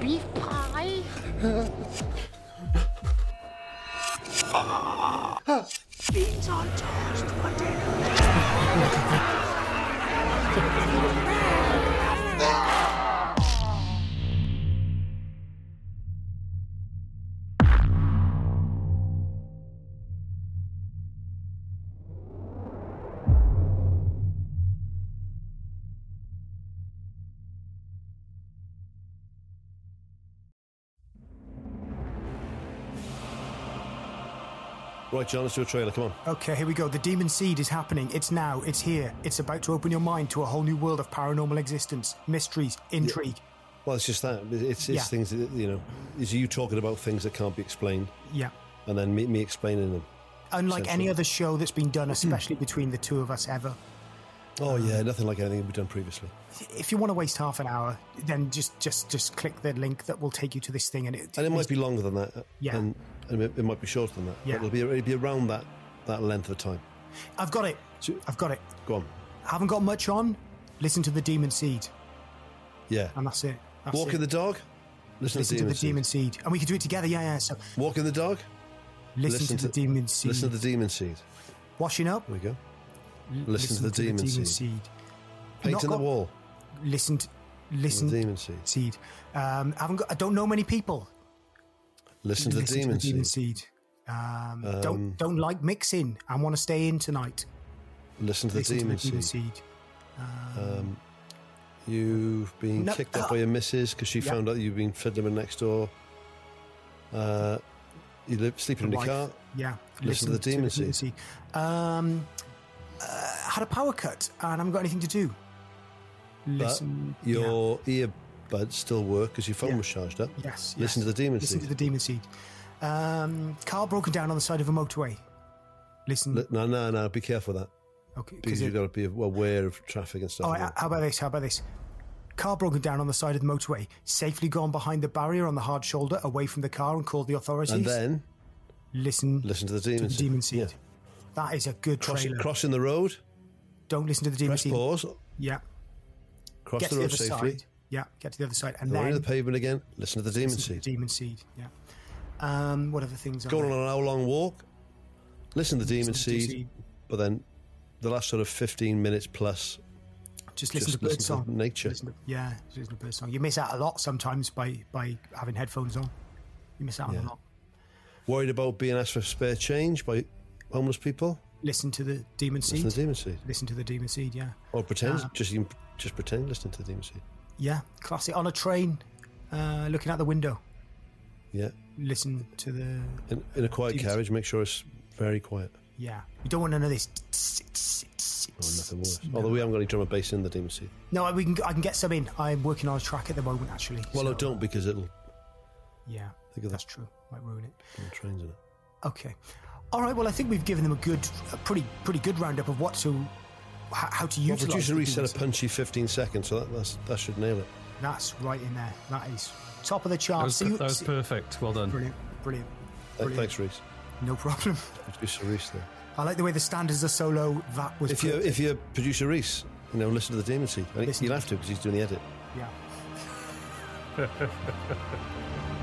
beef pie? Beans on toast, potato. Right, John, let's do a trailer. Come on. Okay, here we go. The demon seed is happening. It's now. It's here. It's about to open your mind to a whole new world of paranormal existence, mysteries, intrigue. Well, it's just that. It's, it's Yeah. things that, you know, it's you talking about things that can't be explained Yeah. and then me, me explaining them. Unlike any Essentially. other show that's been Hmm. done, especially between the two of us ever. Oh, yeah, nothing like anything we've done previously. If you want to waste half an hour, then just just just click the link that will take you to this thing, and it. And it might be longer than that. uh, Yeah. And, and it, it might be shorter than that. Yeah. But it'll be, it'll be around that, that length of time. I've got it. So- I've got it. Go on. Haven't got much on. Listen to the demon seed, Yeah. and that's it. That's Walking it. the dog. Listen, listen to to the the demon. demon seed, and we can do it together. Yeah, yeah. So seed. Walking the dog. listen, to, the demon seed. Listen to the demon seed. Washing up. There we go. Listen to the demon seed. Not Painting the got- wall. Listen, to, listen. The demon seed. seed. Um, haven't got, I don't know many people. Listen to the listen demon to the demon seed. seed. Um, don't don't like mixing. I want to stay in tonight. Listen to the listen demon to the demon seed. seed. You've been No. kicked up by your missus because she Yeah. found out you've been fiddling with next door. Uh, you live sleeping in the Wife. car. Yeah. Listen to the demon seed. Um, uh, had a power cut and I haven't got anything to do. Listen. But your earbuds still work because your phone Yeah. was charged up. yeah. yes. Listen yes. to the demon Listen seed. to the demon seed. Um, car broken down on the side of a motorway. Listen. Li- No, no, no. Be careful with that okay. because 'cause it- you've got to be aware of traffic and stuff. Oh, like h- that. how about this? How about this? Car broken down on the side of the motorway, safely gone behind the barrier on the hard shoulder, away from the car, and called the authorities. and then listen, listen to the to demon the seed. demon seed. Yeah. That is a good Cross, trailer. crossing the road. Don't listen to the demon Press seed. pause. Yeah, Cross get the to the road other safely. side. Yeah, get to the other side, and Go then into the pavement again. Listen to the demon listen to seed. the demon seed. Yeah. Um, what other things? Go are on there? an hour-long walk. Listen to the demon Listen to the seed. But then the last sort of 15 minutes plus, Just listen just to bird listen song. to nature. Listen to- yeah, just listen to bird song. You miss out a lot sometimes by by having headphones on. You miss out on Yeah. a lot. worried about being asked for spare change by homeless people, Listen to the demon seed. listen to the demon seed. listen to the demon seed. Yeah. Or pretend, Ah. just even, just pretend listening to the demon seed. Yeah, classic. On a train, uh, looking out the window, Yeah. listen to the. In, in a quiet Demon carriage, make sure it's very quiet. Yeah, you don't want none of this. Or Oh, nothing worse. Although we haven't got any drum and bass in the demon seed. No, we can. I can get some in. I'm working on a track at the moment, actually. Well, so- I don't because it'll Yeah, Think of that's that. true. Might ruin it. it'll trains in it. Okay. All right. Well, I think we've given them a good, a pretty, pretty good roundup of what to, h- how to Well, utilize. producer the Reese said a demon seed. punchy 15 seconds, so that that's, that should nail it. That's right in there. That is top of the That chart. was, See you- that was see- perfect. Well done. brilliant, brilliant. Th- Brilliant. Thanks, Reese. No problem. Producer Reese. There. I like the way the standards are so low. That was If you perfect. if you're producer Reese, you know, listen to the demon seed. And Listen you'll to have to because he's doing the edit. yeah.